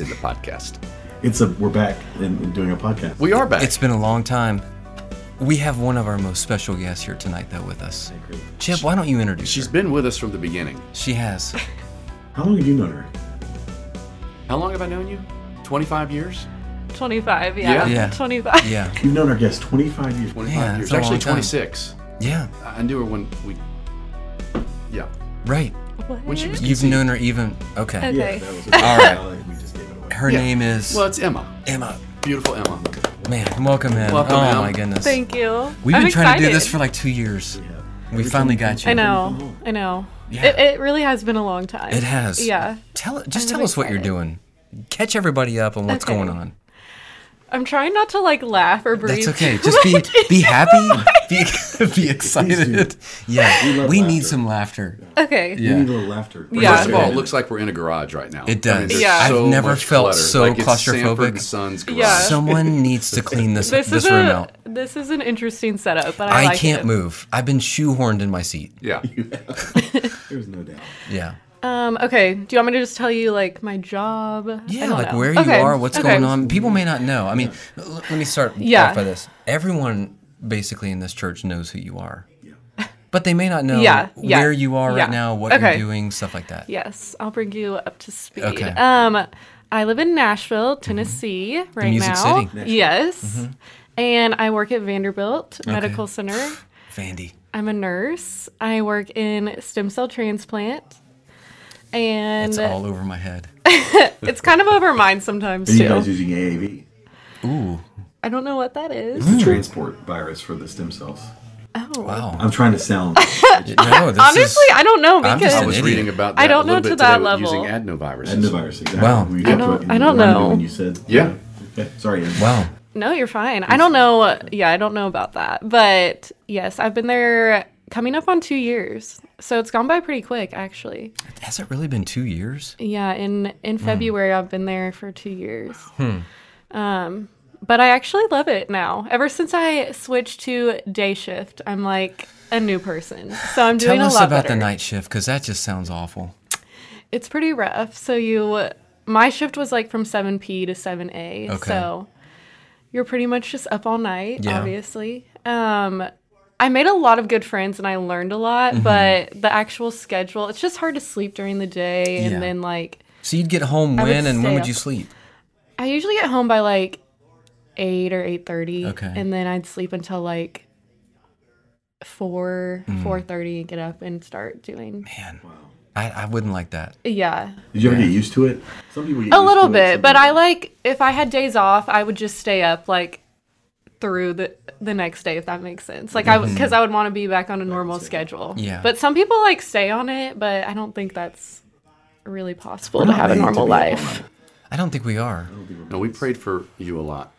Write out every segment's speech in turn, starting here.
podcast. It's a we're back and and doing a podcast. We are back. It's been a long time. We have one of our most special guests here tonight, though, with us. Chip, why don't you introduce She's her? been with us from the beginning. She has. How long have you known her? How long have I known you? 25 years? 25, Yeah. yeah. Yeah. 25. Yeah. You've known our guest 25 years. 25 Yeah, years. it's a Actually, long time. 26. Yeah. I I knew her when we. Yeah. Right. What? When she was- You've known her even. Okay. Okay. Yeah, that was All right. We just gave it away. Uh, Her Yeah. name is Well, it's Emma. Emma. Beautiful Emma. Man, welcome in. Welcome, oh Em. my goodness. Thank you. We've I'm been trying to do excited. this for like two years. Yeah. We Every finally time got we you. I come know. home. I know. Mm-hmm. Yeah. It, it really has been a long time. It has. Yeah. Tell just I'm tell really us what you're excited. doing. Catch everybody up on what's Okay. going on. I'm trying not to like laugh or breathe. That's okay. Just be be happy. Be, be excited. We Yeah. love We need laughter. some laughter. okay. Yeah. We need a little laughter. Yeah. First of all, it Yeah. looks like we're in a garage right now. It does. there's Yeah. I've never much felt so like it's claustrophobic. Sanford and Sons garage. Yeah. Someone needs to clean this this, This, is room a, out. This is an interesting setup, but I, I like can't it. move. I've been shoehorned in my seat. Yeah. There's no doubt. Yeah. Um, okay. Do you want me to just tell you like my job? I Yeah, don't like know. where you Okay, are, what's okay. going on. People may not know. I mean, l- let me start Yeah. off by this. Everyone basically in this church knows who you are, Yeah. but they may not know Yeah, yeah, where you are yeah. right now, what Okay. you're doing, stuff like that. Yes, I'll bring you up to speed. Okay. Mm-hmm. Um, I live in Nashville, Tennessee, right Music now. City. Mm-hmm. Nashville. Yes, and I work at Vanderbilt Medical Center. Vandy. I'm a nurse. I work in stem cell transplant, and It's it's, all over my head. kind of over mine sometimes And you guys too. using AAV? Ooh. I don't know what that is. Mm-hmm. Hmm. It's the transport virus for the stem cells. Oh, Wow. I'm trying to sound. No, this honestly, is, I don't know I'm because just I was Idiot. reading about that I don't a little know bit to that today with level. Using adenoviruses. Adenovirus, exactly. Wow. We I talked don't- about in I don't Orlando know. when you said. Yeah. Okay. Sorry. Em. wow. No, you're fine. I don't know. Yeah, I don't know about that. But yes, I've been there coming up on two years. So it's gone by pretty quick, actually. Has it really been two years? Yeah, in in Hmm. February I've been there for two years. Um, but I actually love it now. Ever since I switched to day shift, I'm like a new person. So I'm doing Tell us a lot about the better. night shift because that just sounds awful. It's pretty rough. So you, my shift was like from seven p to seven a. Okay. So you're pretty much just up all night, Yeah. obviously. Um, I made a lot of good friends and I learned a lot, Mm-hmm. but the actual schedule, it's just hard to sleep during the day and Yeah. then like So you'd get home I would when, and when stay would up. you sleep? I usually get home by like eight or eight thirty, Okay. and then I'd sleep until like four four thirty and get up and start doing. Mm. Man, I, I wouldn't like that. Yeah, Did you ever get used to it? Some people get a used little to it, bit, some but people- I like if I had days off, I would just stay up like through the the next day if that makes sense. Like I because I would want to be back on a normal schedule. Mm-hmm. Yeah. But some people like stay on it, but I don't think that's really possible to not have made a to normal be up all life. I don't think we are. No, we prayed for you a lot.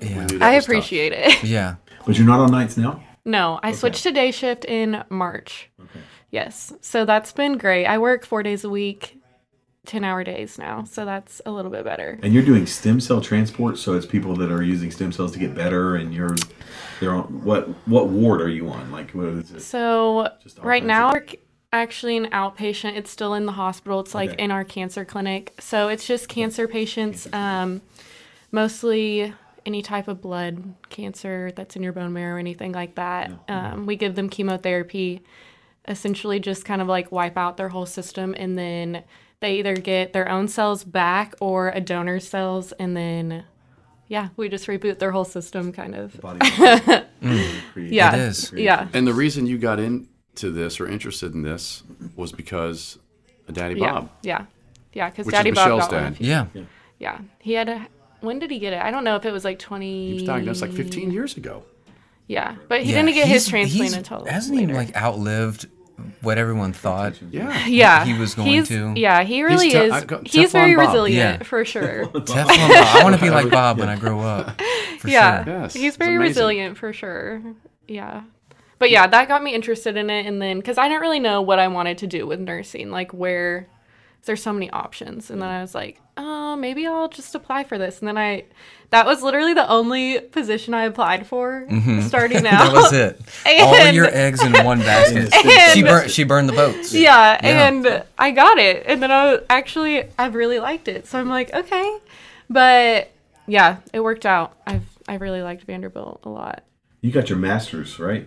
Yeah. Knew that I was tough. appreciate it. Yeah. But you're not on nights now. No, I switched to day shift in March. Okay. Yes. So that's been great. I work 4 days a week, 10-hour days now. So that's a little bit better. And you're doing stem cell transport, so it's people that are using stem cells to get better. And you're, they're on what what ward are you on? Like what is it? So Just right offensive. now, we're c- actually an outpatient. It's still in the hospital. It's like Okay. in our cancer clinic. So it's just cancer patients, um, mostly any type of blood cancer that's in your bone marrow, anything like that. Um, we give them chemotherapy, essentially just kind of like wipe out their whole system, and then they either get their own cells back or a donor's cells, and then. Yeah, we just reboot their whole system, kind of. Body mm. Yeah, It is. yeah, And the reason you got into this or interested in this was because of Daddy yeah, Bob, yeah, yeah. Because which Daddy is Bob Michelle's got one of dad. Yeah. Yeah, he had a. When did he get it? I don't know if it was like twenty. He was diagnosed like 15 years ago. Yeah, but he Yeah, didn't get his he's- transplant he's- until hasn't later. he like outlived what everyone thought? Yeah. yeah, he was going he's, to? Yeah, he really Te- is. I got he's Teflon very Bob. resilient Yeah. for sure. Teflon. Bob. I want to be like Bob when I grow up. For yeah, sure. Yes, he's it's very amazing. resilient for sure. Yeah. But yeah, that got me interested in it, and then because I didn't really know what I wanted to do with nursing, like where there's so many options, and then I was like, oh, maybe I'll just apply for this, and then I, that was literally the only position I applied for starting out. Mm-hmm. That was it. All And- your eggs in one basket. And- she burned. She burned the boats. yeah, Yeah. and I got it, and then I was, actually I really liked it. So I'm like, okay, But yeah, it worked out. I've I really liked Vanderbilt a lot. You got your master's, right?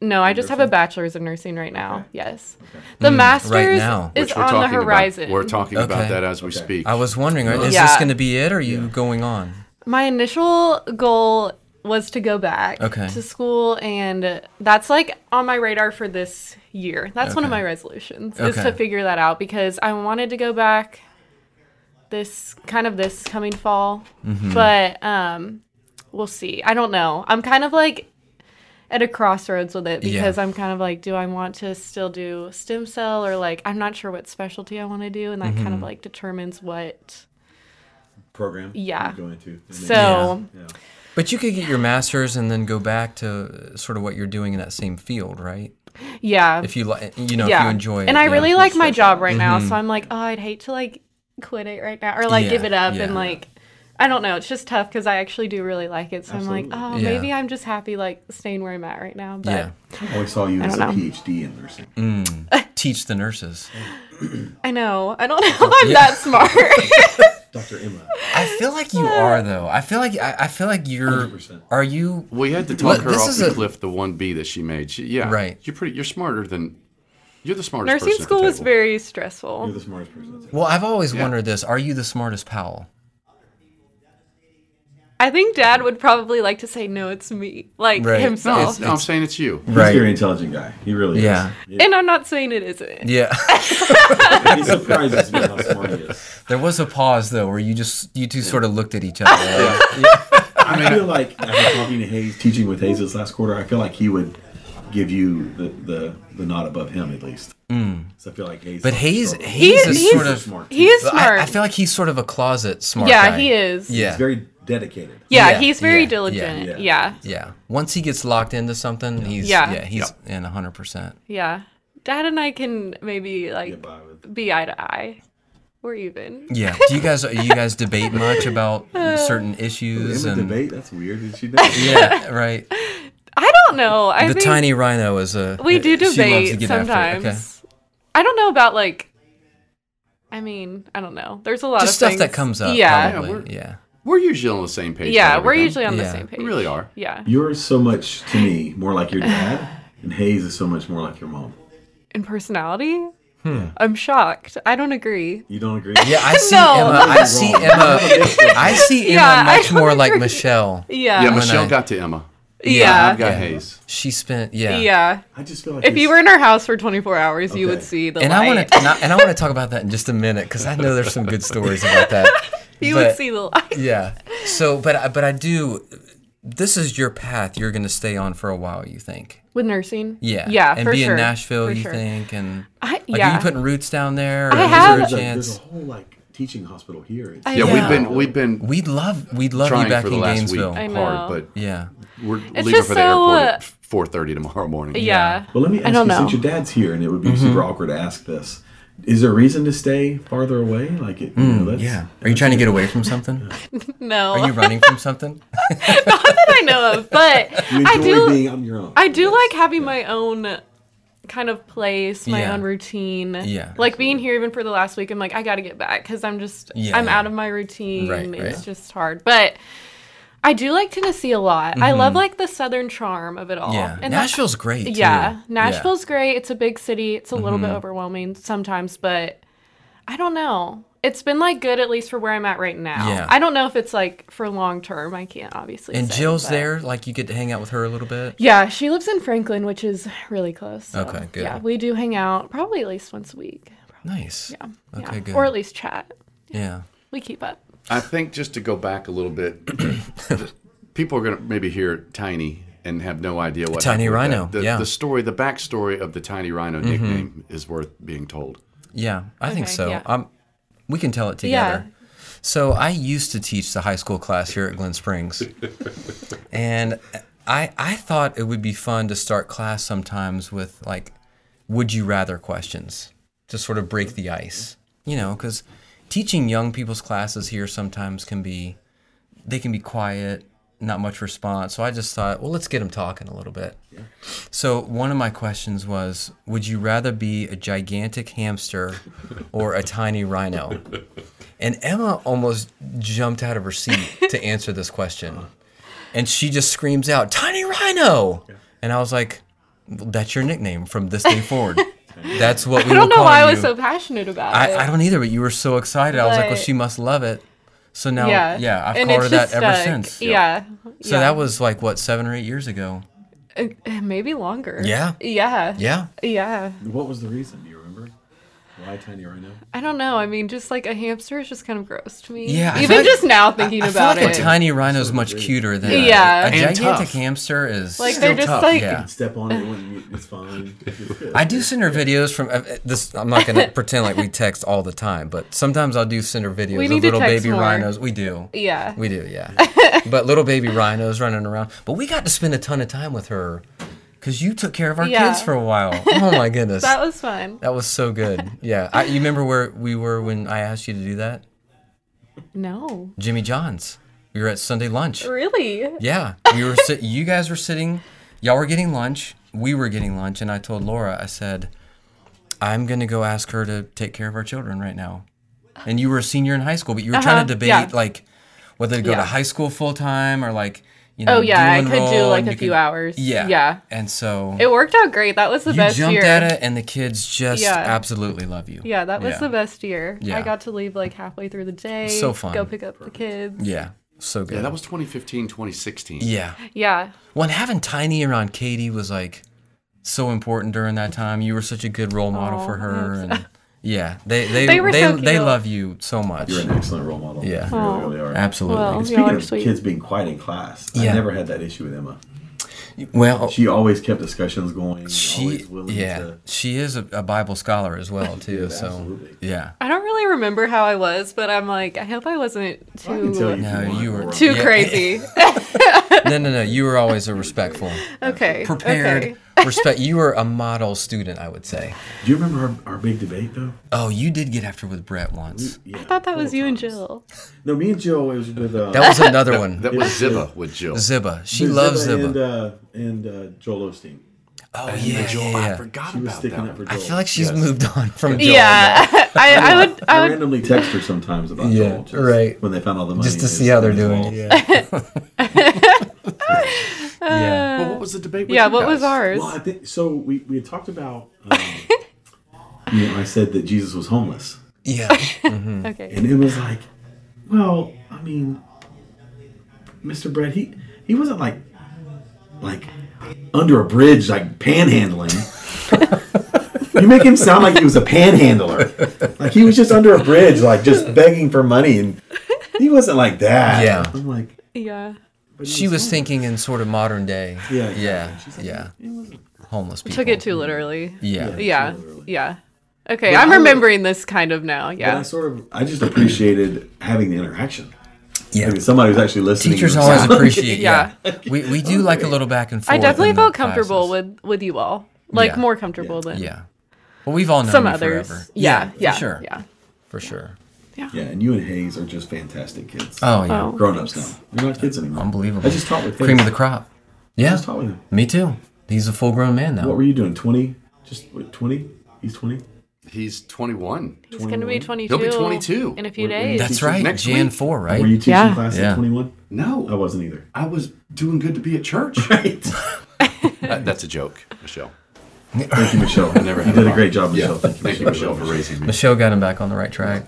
No, I just have a Nursing? bachelor's in nursing right now. Yes. The master's now. is on the horizon. About, we're talking Okay. about that as we Okay. speak. I was wondering, right, is this Yeah. going to be it or are you going on? My initial goal was to go back Okay. to school and that's like on my radar for this year. That's one of Okay. my resolutions is Okay. to figure that out because I wanted to go back this kind of this coming fall. Mm-hmm. But um we'll see. I don't know. I'm kind of like at a crossroads with it Yeah. because I'm kind of like, do I want to still do stem cell or like I'm not sure what specialty I want to do and that Mm-hmm. kind of like determines what Program. Yeah. You're going to. That makes so sense. Yeah. But you could get your master's and then go back to uh, sort of what you're doing in that same field, right? yeah. If you like, you know, if yeah. you enjoy it. and I yeah. Mm-hmm. really like my job right now, so I'm like, oh, I'd hate to like quit it right now or like Yeah, give it up yeah. and like I don't know, it's just tough cuz I actually do really like it. So I'm like, oh, Absolutely. Yeah. maybe I'm just happy like staying where I'm at right now, but Yeah. I always saw you as a don't know. PhD in nursing. Teach the nurses. I know. I don't know if I'm that smart. Dr. Emma. I feel like you are though. I feel like I, I feel like you're. 100%. Are you? we had to talk Look, her this off is the a- cliff. The one B that she made. She, yeah, Right. You're pretty. You're smarter than. You're the smartest. Nursing person at the school was table. very You're stressful. the smartest person. I'd say. Well, I've always Yeah. wondered this. Are you the smartest Powell? I think dad would probably like to say no it's me, like Right. No, himself. no, I'm saying it's you. He's a very intelligent guy. He really Yeah. is. And I'm not saying it isn't. Yeah. Yeah. He surprises me how smart he is. there was a pause though, where you just you two sort of looked at each other. right? I feel like after talking to Hayes, teaching with Hayes this last quarter, I feel like he would give you the the, the nod above him at least. So I feel like Hayes. Hmm. But Hayes, struggled. Hayes is he's- sort of. smart. He is but smart. I, I feel like he's sort of a closet smart. yeah, guy. he is. Yeah. He's very dedicated. Yeah, Yeah, he's very yeah, diligent. yeah. Yeah. Yeah. Once he gets locked into something, he's yeah, Yeah. he's in hundred percent. Yeah. Dad and I can maybe Get like by with. be eye to eye. We're even. Yeah. Do you guys you guys debate much about Uh, certain issues Emma and debate. That's weird. Did she know? yeah, right. I don't know. I the think tiny rhino is a we do she loves to debate get after it. sometimes. I don't know about like I mean, I don't know. There's a lot Just of stuff things. that comes up. Yeah. Probably. Yeah, Yeah. we're- We're usually on the same page. Yeah, on we're everything. usually on Yeah. the same page. We really are. Yeah. You're so much to me more like your dad, and Hayes is so much more like your mom. In personality? Hmm. I'm shocked. I don't agree. You don't agree? Yeah, I see No. Emma. I see Emma. I see Emma Yeah, I much don't more like agree. Michelle. Yeah. Yeah, Yeah. Michelle I- got to Emma. Yeah. I've got Yeah. Hayes. She spent yeah. I just feel like If you it's- were in our house for 24 hours, you Okay. would see the And light. I want to and, I- and I want to talk about that in just a minute because I know there's some good stories about that. you but- would see the light. Yeah. So, but I- but I do. This is your path. You're going to stay on for a while. You think? With nursing? Yeah. Yeah, And for be sure. in Nashville. For you sure. think? And I- like, are yeah. you putting roots down there? I Or is have. there a there's a, there's chance? a whole like teaching hospital here. It's- I- Yeah, Yeah. we've been we've been We'd love we'd love you trying back for the in last week Gainesville. I hard, know. but Yeah. we're leaving just for the so, airport uh, at 4:30 tomorrow morning. Yeah. Well, let me ask don't you, know. since your dad's here, and it would be Mm-hmm. super awkward to ask this. Is there a reason to stay farther away? Like, it, you know, that's, Mm, Are you trying to get away from something? No. Are you running from something? that I know of, but You I enjoy do. being on your own. I do like having my own kind of place, my Yeah. own routine. Yeah. Like being here even for the last week, I'm like, I got to get back because I'm just, Yeah. I'm out of my routine. Right, it's right. just hard. But I do like Tennessee a lot. I love like the southern charm of it all. Mm-hmm. Yeah. And that- Nashville's great. too. Mm-hmm. yeah. Nashville's great. It's a big city. It's a little bit overwhelming sometimes, but I don't know. It's been like good at least for where I'm at right now. Yeah. I don't know if it's like for long term. I can't obviously. And say, Jill's but- there. Like you get to hang out with her a little bit. Yeah, she lives in Franklin, which is really close. so, Okay, good. Yeah, we do hang out probably at least once a week. Nice. Yeah. Okay. yeah. Good. Or at least chat. yeah. We keep up. I think just to go back a little bit, people are going to maybe hear Tiny and have no idea what Tiny happened with Rhino, that. The, yeah. the story, the backstory of the Tiny Rhino nickname is worth being told. Yeah, I think Okay, so. yeah. Um, we can tell it together. So I used to teach the high school class here at Glen Springs, and I I thought it would be fun to start class sometimes with like, would you rather questions to sort of break the ice, you know, because teaching young people's classes here sometimes can be, they can be quiet. not much response. So I just thought, well, let's get him talking a little bit. So one of my questions was, would you rather be a gigantic hamster or a tiny rhino? And Emma almost jumped out of her seat to answer this question. And she just screams out, "Tiny Rhino!" And I was like, "That's your nickname from this day forward. That's what we I will don't know call why you." I was so passionate about it. I, I don't either, but you were so excited. I was like, well, But- she must love it. So now, yeah, yeah. I've And called it her that just ever stuck. since. Yeah. So that was like, what, seven or eight years ago? was maybe longer. Yeah. Yeah. Yeah. Yeah. What was the reason? Do you remember? Why tiny rhino? I don't know. I mean, just like a hamster is just kind of gross to me. Yeah, I feel Even like- just now thinking I feel about like it. a tiny rhino is much cuter than a- Yeah. a And gigantic tough. hamster is. like they're still just tough, like yeah. You can step on it. it wouldn't- It's fine. I do send her videos from uh, this. I'm not gonna pretend like we text all the time, but sometimes I'll do send her videos We of need to little text baby more. rhinos. We do. Yeah. We do, yeah. but little baby rhinos running around. But we got to spend a ton of time with her because you took care of our Yeah. kids for a while. Oh my goodness. that was fun. That was so good. Yeah. I, you remember where we were when I asked you to do that? No. Jimmy John's. We were at Sunday lunch. Really? Yeah. We were sit- you guys were sitting, y'all were getting lunch, we were getting lunch and I told Laura, I said, "I'm going to go ask her to take care of our children right now." And you were a senior in high school, but you were trying to Uh-huh, debate yeah. like whether to go to Yeah. high school full time or like, you know, Oh yeah, I dual could do enroll like and a you few could- hours. Yeah. Yeah. And so It worked out great. That was the you best jumped year. at it and the kids just Yeah. absolutely love you. Yeah, that was the best year. Yeah. I got to leave like halfway through the day. So fun. Go pick up the kids. Yeah. So good. Yeah, that was 2015, 2016. Yeah. Yeah. Well, and having Tiny around Katie was like so important during that time. You were such a good role model for Aw, her, and yeah, they they they They were they, so cute. love you so much. You're an excellent role model. Yeah. You really, really are. Absolutely. And Well, y'all speaking are of sweet. kids being quiet in class, Yeah. I never had that issue with Emma. Well, She always kept discussions going. she always willing yeah to. she is a, a Bible scholar as well too. so absolutely. yeah, I don't really remember how I was, but I'm like, I hope I wasn't I can tell you. too no, want, you were Laura. too yeah. crazy. No, no, no. You were always a respectful, okay. prepared, Okay. respect. You were a model student, I would say. Do you remember our, our big debate though? Oh, you did get after with Brett once. Yeah, I thought that was you and Jill. No, me and Jill was with uh, That was another one. That was Ziba with Jill. Ziba. She with loves Ziba. and uh, and uh, Joel Osteen. oh yeah, Joel, yeah, I yeah. forgot She was about that. sticking one. up for Joel. I feel like she's Yes. moved on from Joel. Yeah. I, I would I, I would randomly text her sometimes about Yeah, Joel, just right. When they found all the money, Just to in his- see how they're in his doing. wallet. Yeah. yeah. Well, what was the debate? With Yeah, you what was guys? ours? Well, I think so. We we had talked about. Um, you know, I said that Jesus was homeless, Yeah. Hmm. Okay. and it was like, well, I mean, Mr. Brett, he he wasn't like like under a bridge, like panhandling. you make him sound like he was a panhandler, like he was just under a bridge, like just begging for money, and he wasn't like that. Yeah. I'm like. Yeah. but he She was homeless. thinking in sort of modern day. Yeah, exactly. Yeah. She's like, Yeah. he wasn't- Homeless people. Took it too literally. Yeah. Yeah. Yeah. literally. Yeah. Okay, But I I'm would- remembering this kind of now. But I Yeah. sort of, I just appreciated having the interaction. Yeah. Like somebody who's actually listening. Teachers and always responding. appreciate. Yeah. Yeah. We we do like a little back and forth. I definitely in the felt comfortable classes. with with you all. Like Yeah. more comfortable than Yeah. Well, we've all known some you others. forever. Yeah. Yeah. For sure. Yeah. For sure. Yeah, and you and Hayes are just fantastic kids. Oh yeah. Oh. Grown ups now. You're not kids anymore. Unbelievable. I just taught with Hayes. Cream of the crop. I Yeah. just taught with him. Me too. He's a full-grown man now. What were you doing? 20? Just what, 20? He's 20? He's 21. He's going to be 22. He'll be 22. in a few We're- we're- days. That's right. Next Jan week. four, Were you right? teaching Yeah. class Yeah. at 21? No, I wasn't either. I was doing good to be at church. Right. Uh, that's a joke, Michelle. Thank you, Michelle. I never you had did a a great job, Yeah, Michelle. thank you, Michelle, for raising me. Michelle got him back on the right track,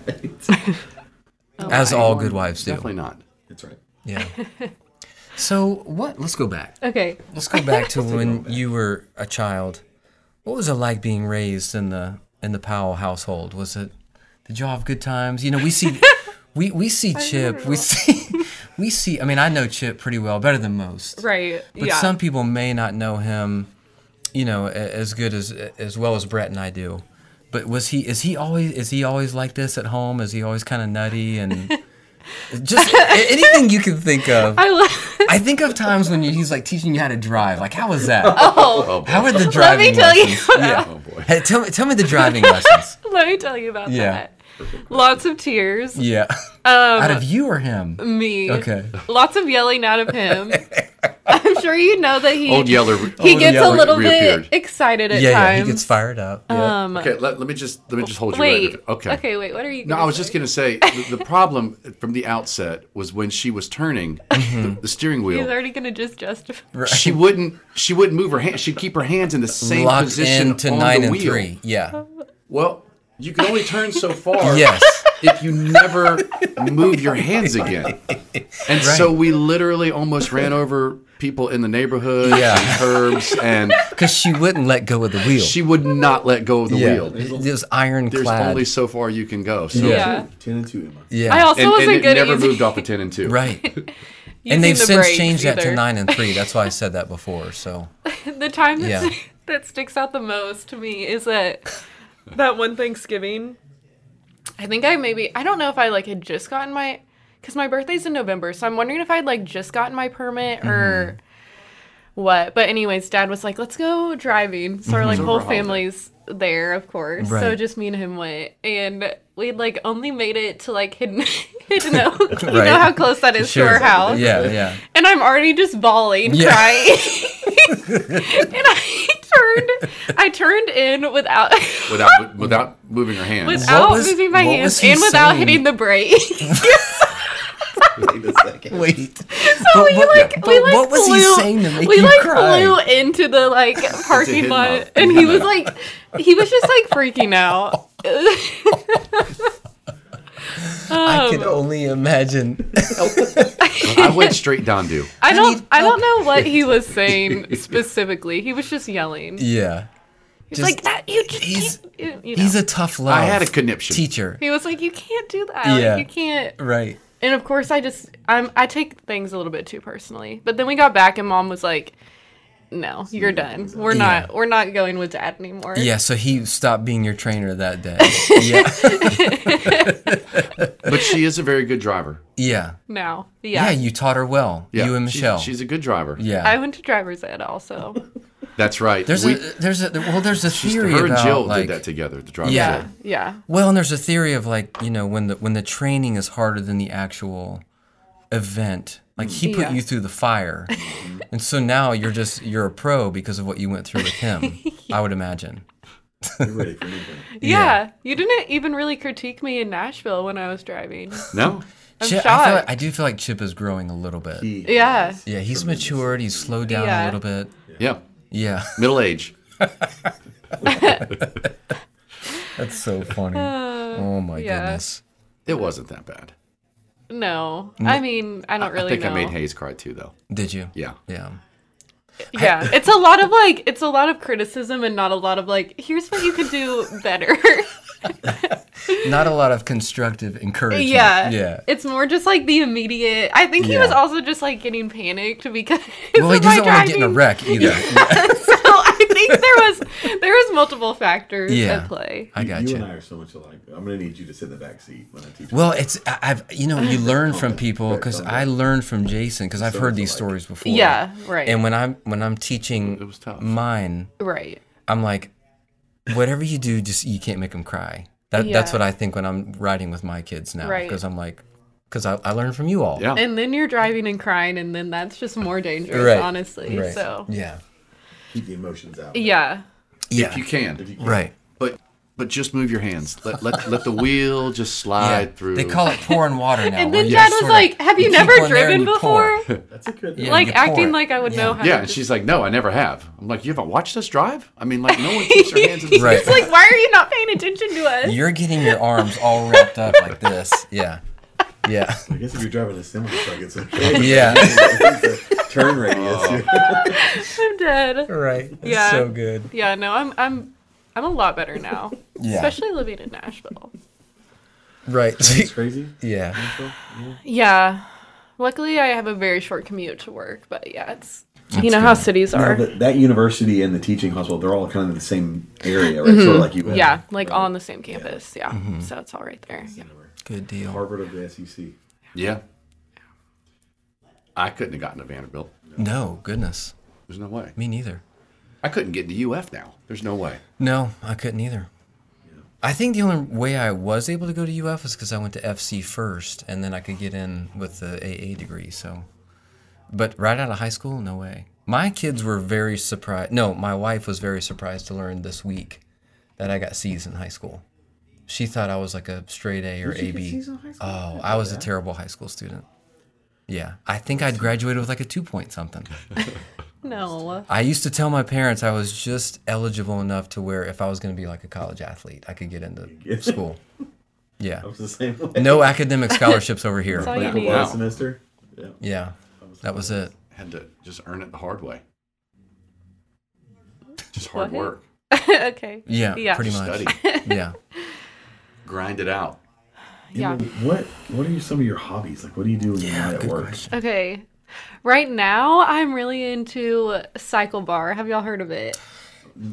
as all good wives do. Definitely not. That's right. Yeah. so what? Let's go back. Okay. Let's go back to when you were a child. What was it like being raised in the in the Powell household? Was it did y'all have good times? You know, we see we we see Chip. We see we see. I mean, I know Chip pretty well, better than most. Right. But yeah. some people may not know him. You know, a- as good as as well as Brett and I do. But was he? Is he always? Is he always like this at home? Is he always kind of nutty and just a- anything you can think of? I love I think of times when he's like teaching you how to drive. Like, how was that? Oh, Oh, boy. How were the driving tell you lessons? Yeah. Oh, boy. Hey, tell me, tell me the driving lessons. let me tell you about Yeah. that. Lots of tears. Yeah. Um, Out of you or him? me. Okay. Lots of yelling out of him. I'm sure you know that he Old Yeller. he gets Yeller a little reappeared. bit excited Yeah, at yeah. times. He gets fired up. Yeah. Um, Okay, let, let me just let me just hold you. right wait. there. okay. Okay. Wait. What are you? No, gonna I was say? just going to say the, the problem from the outset was when she was turning the, Mm-hmm. the steering He's wheel. already gonna just justify. She wouldn't. She wouldn't move her hand. She'd keep her hands in the same Locked position in to on nine the and wheel. three. Yeah. Well, you can only turn so far. Yes. If you never move your hands again, and so we literally almost ran over people in the neighborhood, Yeah. and curbs, and Because she wouldn't let go of the wheel. she would not let go of the yeah. wheel. It was There's ironclad. only so far you can go. So. Yeah. Ten and two, Emma. yeah. I also And, wasn't and it good never at using, moved off of ten and two. right. using and they've the since brakes changed that to either. nine and three. That's why I said that before. So the time that's, Yeah. that sticks out the most to me is that that one Thanksgiving. I think I maybe I don't know if I like had just gotten my because my birthday's in November, so I'm wondering if I'd like just gotten my permit or Mm-hmm. what. But anyways, Dad was like, "Let's go driving," so our like whole family's there, of course. So Right. just me and him went, and we'd like only made it to like Hidden Hidden Oak. You Right. know how close that is to our house. Yeah, yeah. And I'm already just bawling, Yeah. crying. and I turned, I turned in without, without without moving her hands. without was- moving my what was hands he and without saying? hitting the brake. Wait a second. Wait. so we what- like, but we like what was flew, he saying to make we you like cry? flew into the like parking hidden lot, lot. and he was like, he was just like freaking out. I Um, can only imagine. I went straight Dondu. I need don't, I don't know what he was saying specifically. He was just yelling. He's Yeah. Just, like, that, you just he's- can't, you, you know. he's a tough love. I had a conniption. teacher. he was like, you can't do that. Yeah. Like, you can't. Right. and of course i just i'm i take things a little bit too personally but then we got back and mom was like no you're done we're Yeah. not we're not going with dad anymore Yeah, so he stopped being your trainer that day. Yeah. But she is a very good driver. yeah. now yeah, Yeah, you taught her well. Yeah, you and she's- Michelle. She's, a good driver. yeah. i went to driver's ed also That's right. There's We- a there's a well there's a theory her and about Jill like did that together. The driver's Yeah. ed. yeah yeah well and there's a theory of like you know when the when the training is harder than the actual event like he put Yeah. you through the fire and so now you're just you're a pro because of what you went through with him I would imagine You're ready for anything. yeah you didn't even really critique me in nashville when i was driving No, i'm Chip- I, feel shocked like- I do feel like Chip is growing a little bit He yeah yeah he's matured he's slowed down Yeah. a little bit yeah, yeah middle age. that's so funny oh my Uh, yeah. goodness It wasn't that bad. no Mm. i mean i don't really I think know I made Hayes cry too, though. did you Yeah, yeah yeah it's a lot of like it's a lot of criticism and not a lot of like here's what you could do better not a lot of constructive encouragement Yeah. yeah It's more just like the immediate. I think he Yeah. was also just like getting panicked because well he of my doesn't want to get in a driving. wreck either so I think there was there was multiple factors Yeah. at play. I got you you. and I are so much alike. I'm gonna need you to sit in the back seat when I teach. Well, it's I- I've you know you learn from people Right, because don't I learned from Jason because I've heard these alike. stories before. Yeah, right. And when I'm when I'm teaching It was tough. mine, right. I'm like, whatever you do, just you can't make them cry. That that's Yeah. what I think when I'm riding with my kids now Right. because I'm like, because I, I learned from you all. yeah. And then you're driving and crying and then that's just more dangerous Right. honestly. Right. So Yeah. Oh, keep the emotions out. yeah. Yeah. If you can, right. but but just move your hands. Let let, let the wheel just slide Yeah. through. They call it pouring water now. And where then you Dad just was sorta- like, "Have you, keep never one there and driven you pour." before?" That's a good. Yeah. like you pour acting it. like I would Yeah. know how. yeah, to and do- she's like, "No, I never have." I'm like, "You haven't watched us drive?" I mean, like, no one keeps their hands in the Right. It's like, "Why are you not paying attention to us?" You're getting your arms all wrapped up like this. Yeah. Yeah. I guess if you're driving a semi truck, it's okay. Yeah. Turn radius. I'm dead. right. That's Yeah. So good. Yeah, no, I'm I'm I'm a lot better now. Yeah. Especially living in Nashville. Right. It's crazy. yeah. Yeah. Luckily I have a very short commute to work, but yeah, it's you know how cities No, are. Oh, that, that university and the teaching hospital, they're all kind of in the same area, right? Sort of like you have. Mm-hmm. yeah, like all on the same campus. Yeah. Mm-hmm. So it's all right there. Yeah. Good deal. Harvard of the E SEC. Yeah. I couldn't have gotten to Vanderbilt. No, goodness. There's no way. Me neither. I couldn't get into UF now. There's no way. No, I couldn't either. I think the only way I was able to go to UF was because I went to FC first, and then I could get in with the AA degree. So, but right out of high school, no way. My kids were very surprised. No, my wife was very surprised to learn this week that I got C's in high school. She thought I was like a straight A or Did you get AB. C's in high school? Oh, Didn't I know was a that. terrible high school student. Yeah, I think I'd graduated with like a two point something. No. I used to tell my parents I was just eligible enough to where if I was going to be like a college athlete, I could get into school. Yeah. I was the same way. No academic scholarships over here. all you Like need. last Wow. semester. Yeah. Yeah. That was it. Had to just earn it the hard way. Just hard What? work. okay. Yeah, Yeah. pretty much. Study. Yeah. Grind it out. Yeah. Emily, What What are your, some of your hobbies? Like, what do you do when you're not at work? Okay. Right now, I'm really into Cycle Bar. Have y'all heard of it?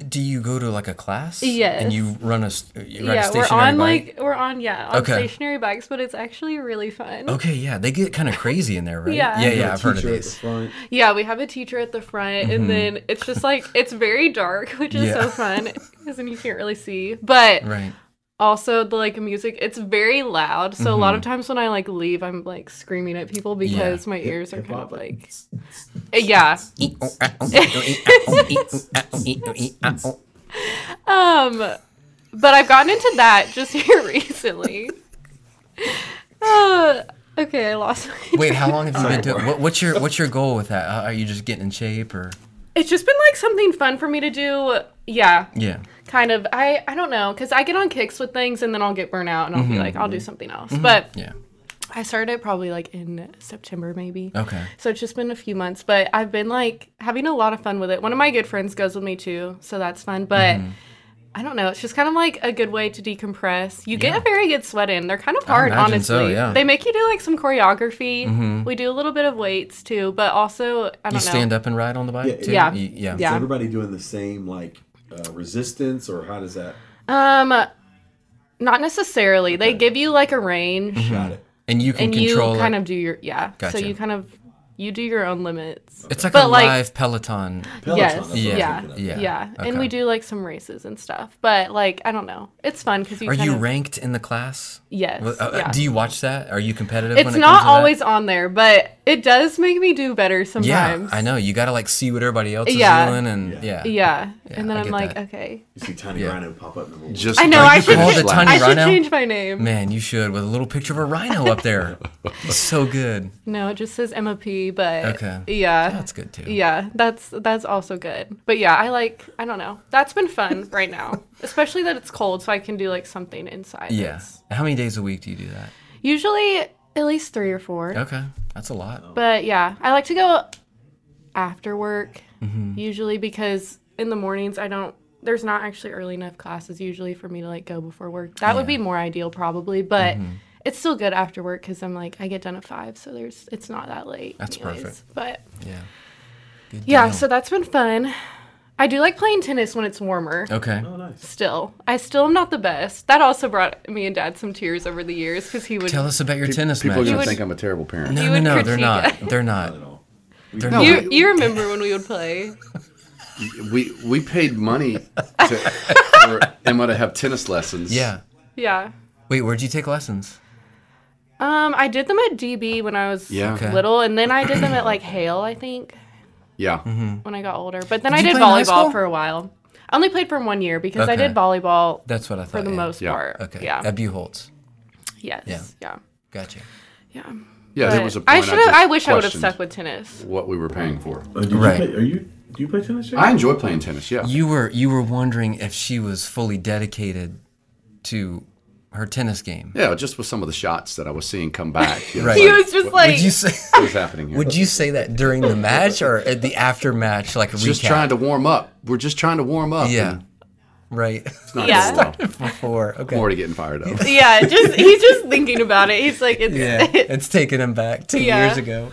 Do you go to like a class? Yes. And you run a, st- you ride a yeah, we're stationary on bike? like we're on yeah on Okay. stationary bikes, but it's actually really fun. Okay, yeah. They get kind of crazy in there, right? Yeah. Yeah, You yeah I've heard of Teacher at the these. front. Yeah, we have a teacher at the front, and then it's just like it's very dark, which is Mm-hmm. Yeah. so fun because then you can't really see. But Right. also the like music, it's very loud. So a lot Mm-hmm. of times when I like leave, I'm like screaming at people because my ears are kind hip-hop, of like yeah. Um, but I've gotten into that just here recently. Uh, okay, I lost. My Wait, how long have you been doing? What, what's your what's your goal with that? Uh, Are you just getting in shape or? It's just been like something fun for me to do. Yeah, Yeah. kind of. I I don't know because I get on kicks with things and then I'll get burnt out and I'll be like I'll do something else. But Mm-hmm. Yeah. I started probably like in September maybe. Okay. So it's just been a few months, but I've been like having a lot of fun with it. One of my good friends goes with me too, so that's fun. But Mm-hmm. I don't know. It's just kind of like a good way to decompress. You get Yeah. a very good sweat in. They're kind of hard, imagine honestly. so, yeah. Mm-hmm. They make you do like some choreography. We do a little bit of weights too, but also I don't know. You stand up and ride on the bike Yeah, too? yeah. You- yeah. Yeah. Is everybody doing the same like uh, resistance, or how does that? Um, not necessarily. They give you like a range, Got it. Mm-hmm. And you can and you control kind it. of do your yeah. Gotcha. So you kind of you do your own limits. It's like but, a like- live Peloton. Peloton, Yes. that's what I'm Yeah. Yeah. thinking of. Yeah. Yeah. And we Okay. do like some races and stuff, but like I don't know. It's fun because you Are kind you of, ranked in the class? Yes. Well, uh, yeah. Do you watch that? Are you competitive? when it's it comes not to that? always on there, but it does make me do better Yeah, sometimes. I know. You got to like see what everybody else is Yeah. doing, and yeah. Yeah. and then I I'm get like, that. okay. You see Tiny Yeah. Rhino pop up in the little- Just I know like I the should called finish it line. Tiny I should Rhino? change my name. Man, you should with a little picture of a rhino up there. He's so good. No, it just says Emma P, but Okay. yeah. That's good too. Yeah, that's that's also good. But yeah, I like I don't know. That's been fun right now, especially that it's cold, so I can do like something inside. Yeah. that's- How many days a week do you do that? Usually at least three or four. Okay, that's a lot. But yeah, I like to go after work Mm-hmm. usually because in the mornings I don't. There's not actually early enough classes usually for me to like go before work. That would be more ideal probably, but Mm-hmm. it's still good after work because I'm like I get done at five, so there's it's not that late. That's anyways. perfect. But Yeah. Good yeah, deal. so that's been fun. I do like playing tennis when it's warmer. Okay. Oh, nice. Still, I still am not the best. That also brought me and Dad some tears over the years because he would. Tell us about your tennis People are match. going would- to think I'm a terrible parent. No, You no, would no, they're not. critique They're Not at not. all. They're No, not. you, you remember when we would play? We we paid money to, for Emma to have tennis lessons. Yeah. Yeah. Wait, where'd you take lessons? Um, I did them at DB when I was Yeah. Okay. little, and then I did them at like Hale, I think, Yeah. Mm-hmm. when I got older. But then Did I you did play in high volleyball school? for a while. I only played for one year because I Okay. did volleyball That's what I thought. for the yeah. most Yeah. part. Okay. Yeah. At Buholtz. yes. Yeah. Yeah. Yeah. Gotcha. Yeah, But there was a point I should have. just I wish I would have questioned stuck with tennis. what we were paying for. Oh, did you Right. play- are you? Do you play tennis? Jack? I enjoy playing tennis. Yeah. You were you were wondering if she was fully dedicated to her tennis game. yeah, just with some of the shots that I was seeing come back. you know, Right. it's He like, was just what- like, Would you say what is happening here? Would you say that during the match or at the after match like recap? just trying to warm up. We're just trying to warm up. Yeah. and Right. It's not Yeah. yeah. going well. Before. Okay. I'm already getting fired up. yeah, just he's just thinking about it. He's like, it's, Yeah. It's taking him back two Yeah. years ago.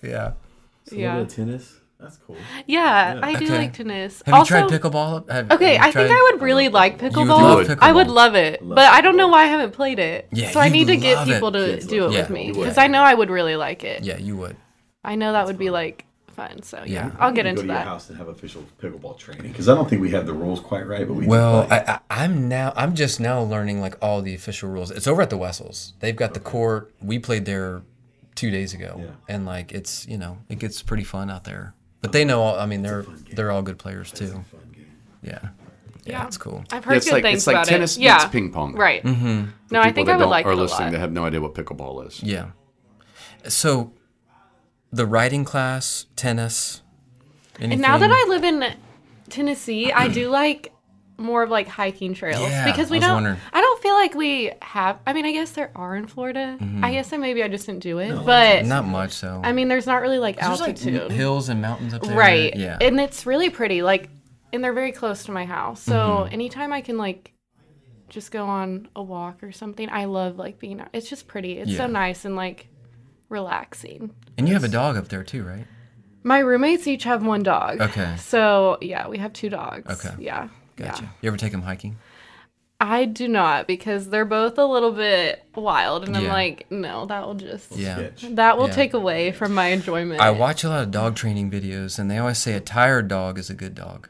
Yeah. A little yeah, bit of tennis. That's cool. yeah. I do Okay. like tennis. Have also, you tried pickleball? Have- have Okay, you I think tried- I would really like pickleball. love pickleball. I would love it, Love but I don't know why I haven't played it. Yeah, so I you'd need to get love it. people to Kids do it love it. with Yeah, me you would. because I know I would really like it. Yeah, you would. I know that would be like fun. So yeah, I'll get go into to that. your house and have official pickleball training because I don't think we have the rules quite right, but we Well, I, I, I'm now I'm just now learning like all the official rules. It's over at the Wessels. They've got the court. We played there two days ago, Yeah. and like it's you know it gets pretty fun out there. But they know all. I mean, they're they're all good players too. fun game. Yeah. yeah, Yeah. it's cool. Mm-hmm. I've Yeah, heard it's good like things it's like about tennis it. meets yeah, ping pong. right. No, I People think that I would don't- like are it a listening lot. that have no idea what pickleball is. Yeah. So, the writing class, tennis. And now that I live in Tennessee, I do like more of like hiking trails Yeah, because we I was don't. wondering. I don't feel like we have. I mean, I guess there are in Florida. Mm-hmm. I guess I maybe I just didn't do it, but not much though. I mean, there's not really like there's like altitude, m- hills and mountains up there. right? Yeah. and it's really pretty. Like, and they're very close to my house, so Mm-hmm. anytime I can like just go on a walk or something, I love like being. out. It's just pretty. It's so Yeah. nice and like relaxing. and you have a dog up there too, right? My roommates each have one dog. Okay. So yeah, we have two dogs. Okay. Yeah. Gotcha. Yeah. You ever take them hiking? I do not because they're both a little bit wild, and I'm Yeah. like, no, that will just Yeah. Sketch. that will Yeah. take away from my enjoyment. I watch a lot of dog training videos, and they always say a tired dog is a good dog.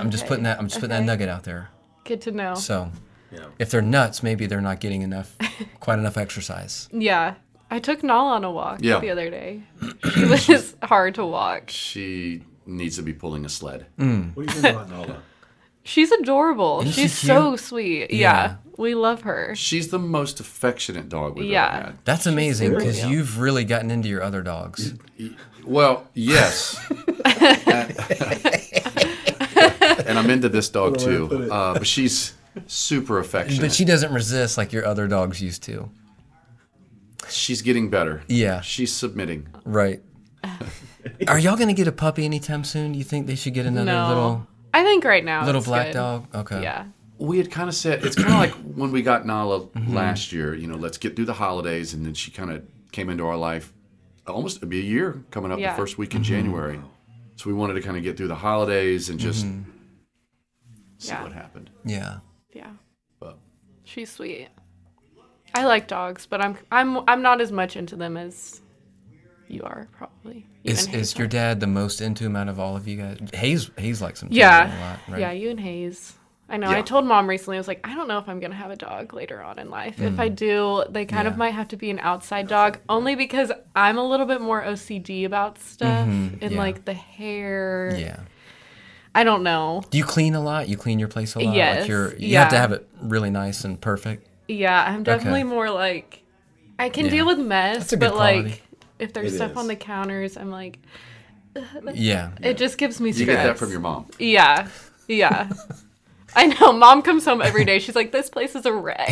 I'm just putting that. I'm just putting that Okay. nugget out there. Good to know. So, Yeah. if they're nuts, maybe they're not getting enough, quite enough exercise. yeah. I took Nala on a walk Yeah. the other day. She was just hard to walk. She needs to be pulling a sled. Mm. What do you think about Nala? She's adorable. Isn't she She's so sweet. Yeah. Yeah. We love her. She's the most affectionate dog we've Yeah. ever had. That's amazing really because you've really gotten into your other dogs. Well, yes. and I'm into this dog way to put too. it. Uh, but she's super affectionate. But she doesn't resist like your other dogs used to. she's getting better. Yeah. She's submitting. Right. Are y'all gonna get a puppy anytime soon? Do you think they should get another no. little I think right now. little it's black good. dog? Okay. Yeah. We had kind of said it's kind of like when we got Nala Mm-hmm. last year. You know, let's get through the holidays, and then she kind of came into our life. Almost it'd be a year coming up Yeah. the first week in Mm-hmm. January. So we wanted to kind of get through the holidays and just Mm-hmm. see Yeah. what happened. Yeah. Yeah. But She's sweet. I like dogs, but I'm I'm I'm not as much into them as you are probably. You Is and Hayes is your are. dad the most into him out of all of you guys? Hayes Hayes likes him. too A yeah lot, right? yeah you and Hayes. I know. I Yeah. told mom recently. I was like, I don't know if I'm gonna have a dog later on in life. If I do, they kind of Mm. Yeah. might have to be an outside dog, only because I'm a little bit more OCD about stuff and Mm-hmm. yeah. like the hair. Yeah. I don't know. Do you clean a lot? You clean your place a lot. Yes, Like you're, you have to yeah. have it really nice and perfect. Yeah, I'm definitely more like I can Yeah. deal with mess, a good but quality. like if there's It stuff on is. the counters, I'm like Yeah. It just gives me stress. you get that from your mom. Yeah, yeah. I know. Mom comes home every day. She's like, "This place is a wreck."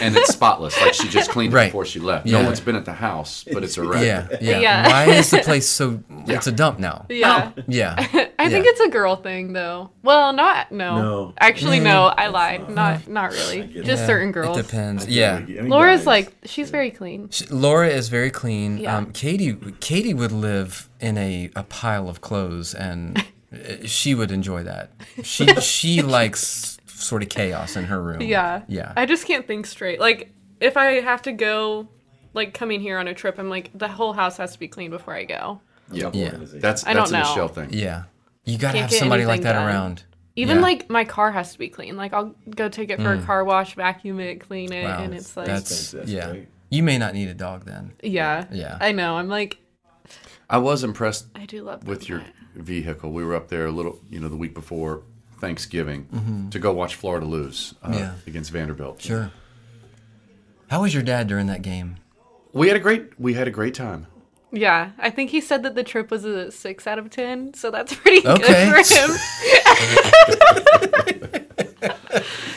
and it's spotless. Like she just cleaned Right. it before she left. Yeah. No one's been at the house, but it's a wreck. Yeah. Yeah. Yeah. Why is the place so? Yeah. It's a dump now. Yeah. Yeah. I think Yeah. it's a girl thing, though. Well, not no. No. Mm. Actually, no. I lied. Not not really. get Just Yeah, certain girls. It depends. Yeah. I mean, Laura's guys, like, she's very clean. She- Laura is very clean. Yeah. Um, Katie, Katie would live in a, a pile of clothes, and uh, she would enjoy that. She she likes sort of chaos in her room. Yeah. yeah. I just can't think straight. Like, if I have to go, like coming here on a trip, I'm like, the whole house has to be clean before I go. Yeah. Yeah. organization. That's I that's a don't know. Michelle thing. yeah. You gotta Can't have get somebody like anything that done. around. Even Yeah. Mm. like my car has to be clean. Like I'll go take it for a car wash, vacuum it, clean it, Wow, and it's like that's That's yeah. great. You may not need a dog then. yeah, Yeah. I know. I'm like I was impressed I do love with your them, vehicle. We were up there a little, you know, the week before Thanksgiving to go watch Florida lose uh, Mm-hmm. Yeah. against Vanderbilt. Sure. How was your dad during that game? We had a great we had a great time. but- Yeah, I think he said that the trip was a six out of ten, so that's pretty Okay. good for him.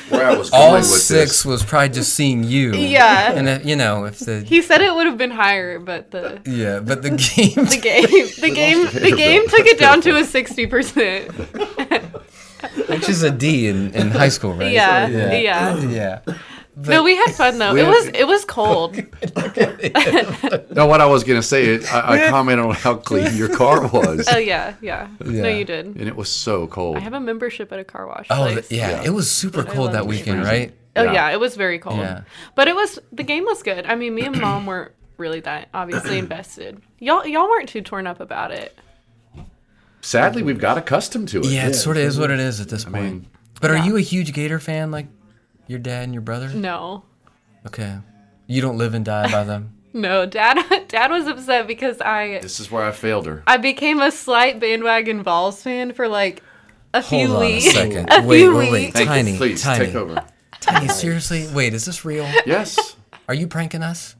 Where I was going All with six this. was probably just seeing you. Yeah. And if, you know if the he said it would have been higher, but the yeah, but the game. the game the game the game took it down to a sixty percent. Which is a D in, in high school, right? Yeah, Yeah. yeah. Yeah. No, we had fun though. We It had- was it was cold. No, what I was gonna say is I, I commented on how clean your car was, Oh yeah, yeah. No, Yeah. you did. and it was so cold. I have a membership at a car wash. Oh, place. th- yeah. It was super cold love that it. weekend, right? Oh yeah. Yeah. it was very cold. Yeah. But it was the game was good. I mean, me and mom weren't really that obviously invested. Y'all y'all weren't too torn up about it. sadly we've got accustomed to it. Yeah, it sort of is what it is at this point. but are you a huge Gator fan like your dad and your brother? No. Okay. You don't live and die by them. No, dad dad was upset because I This is where I failed her. I became a slight bandwagon Vols fan for like a Hold few on a weeks. second. a wait, few wait, wait. weeks. Thank you. Tiny, please tiny, take over. tiny. Seriously, wait, is this real? Yes. Are you pranking us?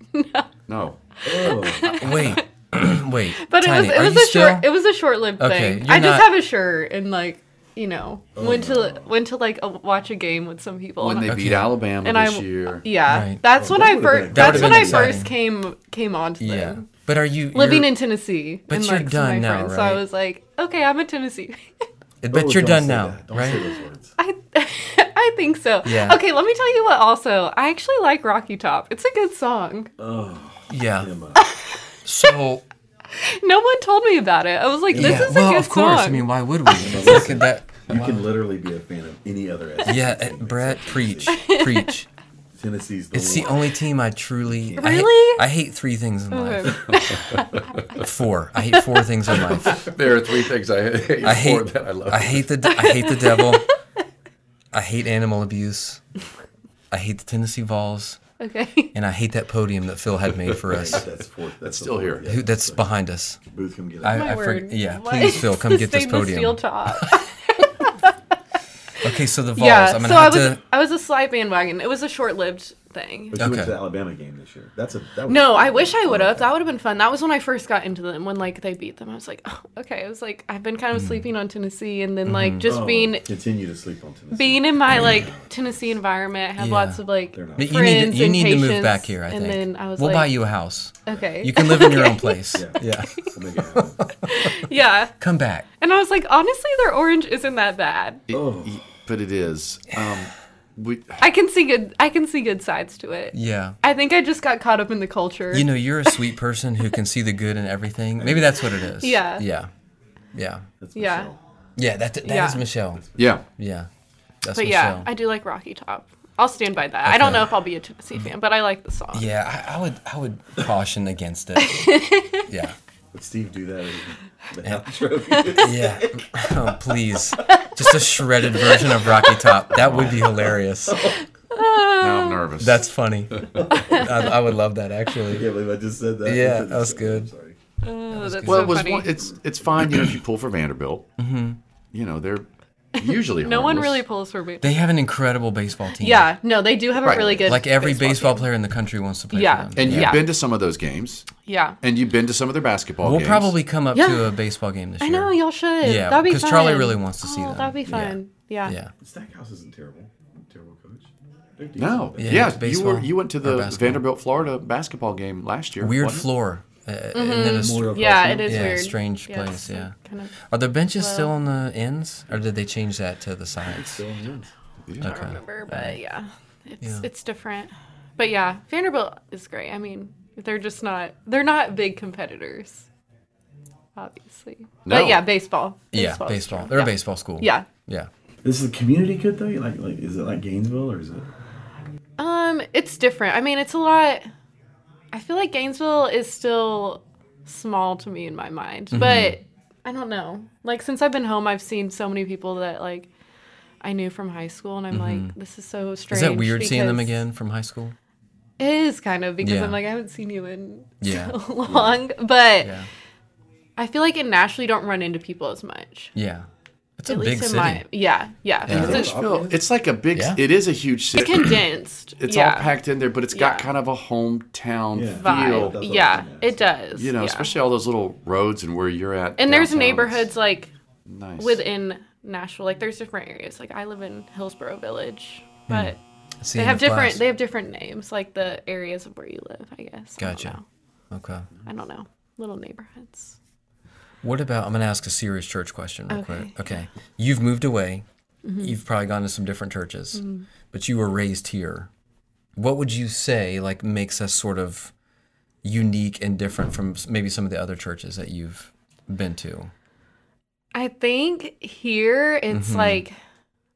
No. Oh, Wait, wait. But tiny. are it was it you was a still? short it was a short lived Okay, thing. you're I just not- have a shirt and like you know went to went to like a, watch a game with some people. When they Okay. beat Alabama and this I year. yeah Right. that's when that I would've been- first That that's would've when been I first exciting. came came onto yeah. them. But are you Living you're- in Tennessee But and you're like some done of my now, friends, right? so I was like, okay, I'm a Tennessee. But don't you're done say now, that. Don't say right? those words. I I think so. Yeah. Okay, let me tell you what. Also, I actually like Rocky Top. It's a good song. Oh, Yeah. Emma. So No one told me about it. I was like, this yeah. is a Well, good of course. song. I mean, why would we? Look at that. You can literally be a fan of any other. E Yeah, uh, Brett, preach, preach. Tennessee's the It's one. the only team I truly I hate- Really? I hate, three things in Okay. life. Four. I hate four things in life. There are three things I hate, I four hate. that I love. I hate the. I hate the devil. I hate animal abuse. I hate the Tennessee Vols, okay. and I hate that podium that Phil had made for us. That's fourth. That's still the fourth, here. yeah. Who that's behind us? Booth, come get it. I, My I for, word. yeah. Why Please, is Phil, come get this stainless podium. Steel top. Okay, so the Vols. yeah. I'm gonna So I have was to. I was a slight bandwagon. It was a short-lived thing. But you went Okay. to the Alabama game this year. That's a that was No, I wish I would have. That would have been fun. That was when I first got into them. When like they beat them, I was like, oh, okay. I was like, I've been Hmm. kind of sleeping on Tennessee, and then Mm-hmm. like just Oh, being continue to sleep on Tennessee. being in my like Tennessee environment, I have Yeah. lots of like They're not- But friends you need. To, you and need to move patience, back here. I and think. then I was we'll like, buy you a house. Okay. You can live in your own place. Yeah. yeah. We'll make it happen. yeah. Come back. And I was like, honestly, their orange isn't that bad. It- Oh. y- But it is. Um, we, I can see good. I can see good sides to it. Yeah. I think I just got caught up in the culture. You know, you're a sweet person who can see the good in everything. Maybe that's what it is. Yeah. Yeah. Yeah. That's Yeah. Michelle. Yeah. That, that is Yeah. Michelle. yeah. Yeah. That's but yeah, Michelle. I do like Rocky Top. I'll stand by that. I Okay. don't Mm-hmm. know if I'll be a Tennessee fan, but I like the song. yeah. I, I would. I would caution against it. Yeah. Would Steve do that? as The half trophy. Yeah. Oh, please. Just a shredded version of Rocky Top. That would be hilarious. Now Uh, I'm nervous. That's funny. I, I would love that actually. can't believe I just said that. Yeah, that was good. I'm sorry. Oh, that's well, so it was funny. one, it's it's fine. You know, if you pull for Vanderbilt, Mm-hmm. you know they're usually no one harmless. really pulls for me. They have an incredible baseball team. yeah, no, they do have Right. a really good Like every baseball, team. player in the country wants to play Yeah. for them. And you've Yeah. been to some of those games, Yeah, and you've been to some of their basketball. We'll games. probably come up to Yeah. a baseball game this I year. know y'all should. Yeah, that'd be 'cause Charlie fun. really wants to see oh, them. That'd be Yeah. fun. Yeah. Yeah. Stackhouse isn't terrible. Terrible coach. They're decent. no. Yeah, Yeah, you baseball were you went to or the basketball. Vanderbilt Florida basketball game last year. Weird wasn't it? floor. Uh, and then Mm-hmm. a More of a Yeah, it personal- is yeah, weird. strange Yeah, place. so yeah. Kind of, Are the benches Well- still on the ends, or did they change that to the sides? Still wins. I don't remember, but yeah, it's Yeah. it's different. But yeah, Vanderbilt is great. I mean, they're just not they're not big competitors, obviously. No. But yeah, baseball. Yeah, is baseball. strong. They're yeah. a baseball school. Yeah. Yeah. This is a community kid though. You Like, like, is it like Gainesville or is it? Um, it's different. I mean, it's a lot. I feel like Gainesville is still small to me in my mind, Mm-hmm. but I don't know. Like since I've been home, I've seen so many people that like I knew from high school, and I'm like, this is so strange. Mm-hmm. Is that weird seeing them because- again from high school? It is kind of because Yeah. I'm like I haven't seen you in Yeah. so long, but Yeah. I feel like in Nashville you don't run into people as much. Yeah. It's a At big least in city. my yeah Yeah. yeah. It's It's a- Nashville, it's like a big. Yeah. It is a huge city. condensed. It's yeah. all packed in there, but it's got Yeah. kind of a hometown Yeah. feel. That's vibe. what I was yeah, gonna ask. it does. You know, yeah. especially all those little roads and where you're at. and there's downtown, it's neighborhoods like nice. within Nashville. Like there's different areas. Like I live in Hillsborough Village, but It's Mm. the they end have of different class. they have different names. Like the areas of where you live, I guess. I don't Gotcha. know. Okay. I don't know. Little neighborhoods. What about? I'm going to ask a serious church question real Okay. Mm-hmm. quick. Okay. You've moved away. You've probably gone to some different churches, but you were raised here. What would you say like makes us sort of unique and different from s- maybe some of the other churches that you've been to? I think here it's like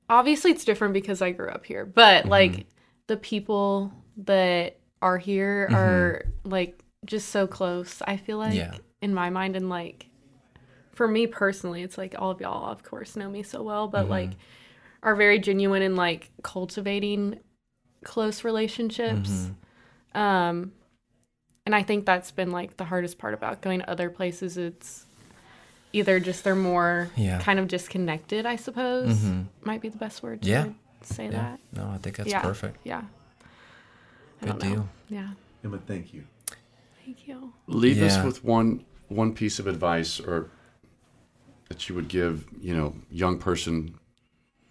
obviously it's different because I grew up here, but like the people that are here are like just so close. I feel like Yeah. in my mind and like for me personally, it's like all of y'all, of course, know me so well, but like are very genuine in like cultivating close relationships. Mm-hmm. Um, and I think that's been like the hardest part about going to other places. It's either just they're more Yeah. Mm-hmm. kind of disconnected, I suppose, might be the best word to Yeah. say Yeah. that. No, I think that's yeah. perfect. Yeah. I Good don't know. deal. Yeah. Emma, thank you. Thank you. Leave Yeah. us with one one piece of advice or that you would give, you know, young person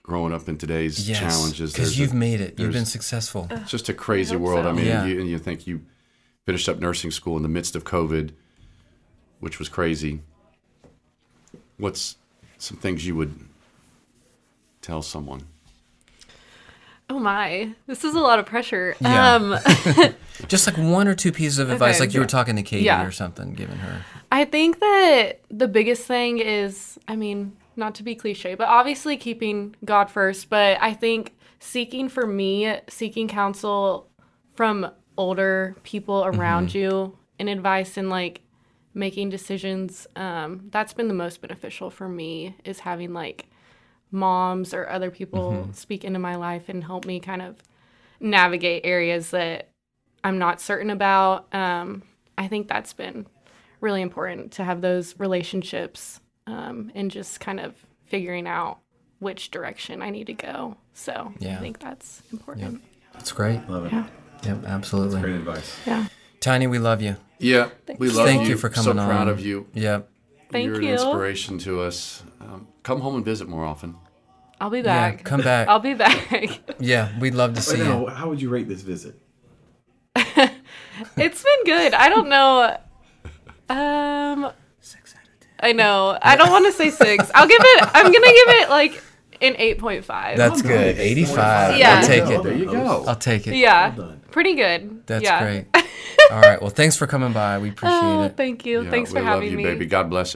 growing up in today's Yes. challenges. Because There's you've a, made it. You've been there's- successful. it's just a crazy I hope world. so. I mean, Yeah. you, and you think you finished up nursing school in the midst of COVID, which was crazy. What's some things you would tell someone? Oh my. This is a lot of pressure. Yeah. Um Just like one or two pieces of advice, Okay. like you were talking to Katie Yeah. or something, giving her. I think that the biggest thing is, I mean, not to be cliche, but obviously keeping God first. But I think seeking for me, seeking counsel from older people Mm-hmm. around you and advice and like making decisions, um, that's been the most beneficial for me is having like moms or other people Mm-hmm. speak into my life and help me kind of navigate areas that I'm not certain about. Um, I think that's been really important to have those relationships um, and just kind of figuring out which direction I need to go. So Yeah. I think that's important. That's great. Love it. Yeah. Yep, absolutely. Great advice. Yeah. Tiny, we love you. Yeah, we love Thank you. you for so coming on. proud of you. Yep. Thank You're you. an inspiration to us. Um, come home and visit more often. I'll be Yeah, back. come back. I'll be back. yeah, we'd love to But see now, you. how would you rate this visit? it's been good. I don't know. Um, I know. I don't want to say six. I'll give it. I'm gonna give it like an eight point five. That's Oh, good. nice. 85. Yeah. I'll take oh, There it. you go. I'll take it. yeah, Well done. pretty good. That's yeah. great. All right. Well, thanks for coming by. We appreciate Oh, it. thank you. Yeah, Thanks for we having love you, me. baby. God bless.